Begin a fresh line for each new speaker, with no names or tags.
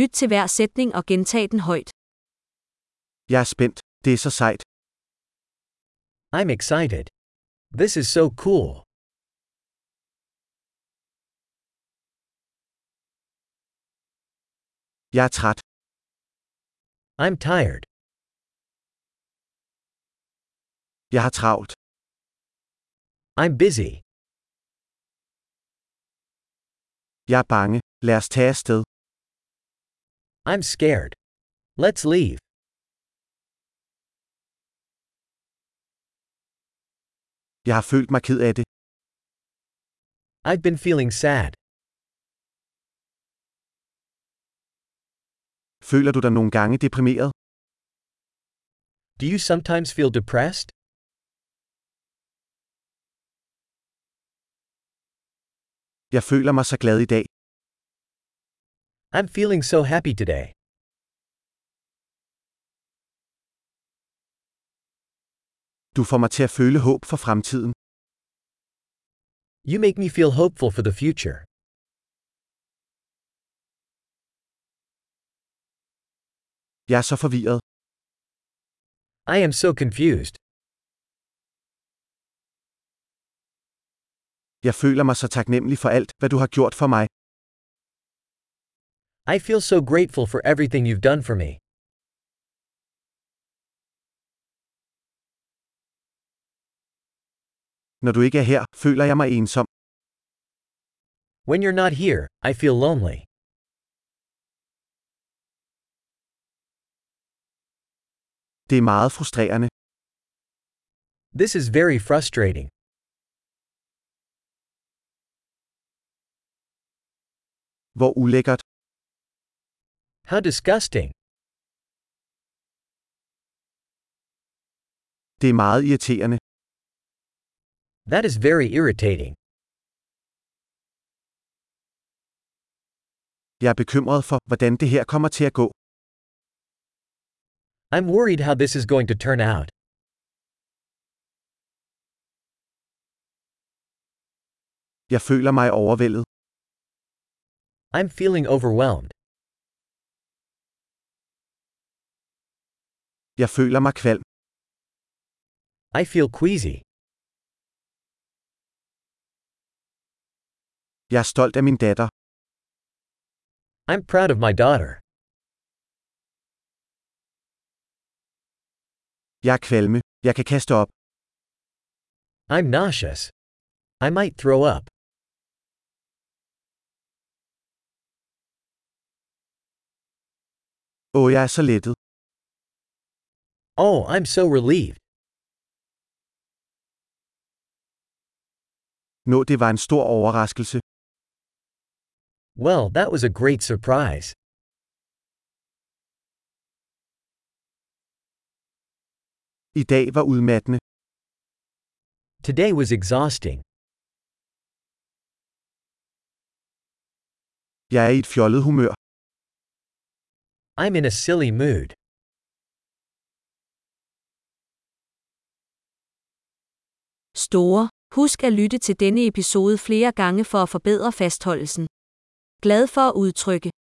Lyt til hver sætning og gentag den højt.
Jeg er spændt. Det er så sejt.
I'm excited. This is so cool.
Jeg er træt.
I'm tired.
Jeg har travlt.
I'm busy.
Jeg er bange. Lad os tage afsted.
I'm scared. Let's leave.
Jeg har følt mig ked af det.
I've been feeling sad.
Føler du dig nogle gange deprimeret?
Do you sometimes feel depressed?
Jeg føler mig så glad i dag.
I'm feeling so happy today.
Du får mig til at føle håb for fremtiden.
You make me feel hopeful for the future.
Jeg er så forvirret.
I am so confused.
Jeg føler mig så taknemmelig for alt, hvad du har gjort for mig.
I feel so grateful for everything you've done for me.
Når du ikke er her, føler jeg mig ensom.
When you're not here, I feel lonely.
Det er meget frustrerende.
This is very frustrating.
Hvor ulækkert.
How disgusting.
Det er meget irriterende.
That is very irritating.
Jeg er bekymret for, hvordan det her kommer til at gå.
I'm worried how this is going to turn out.
Jeg føler mig overvældet.
I'm feeling overwhelmed.
Jeg føler mig kvalm.
I feel queasy.
Jeg er stolt af min datter.
I'm proud of my daughter.
Jeg er kvalme. Jeg kan kaste op.
I'm nauseous. I might throw up.
Åh, jeg er så lettet.
Oh, I'm so relieved.
Nå, det var en stor overraskelse.
Well, that was a great surprise.
I dag var udmattende.
Today was exhausting.
Jeg er i et fjollet humør.
I'm in a silly mood.
Store. Husk at lytte til denne episode flere gange for at forbedre fastholdelsen. Glad for at udtrykke.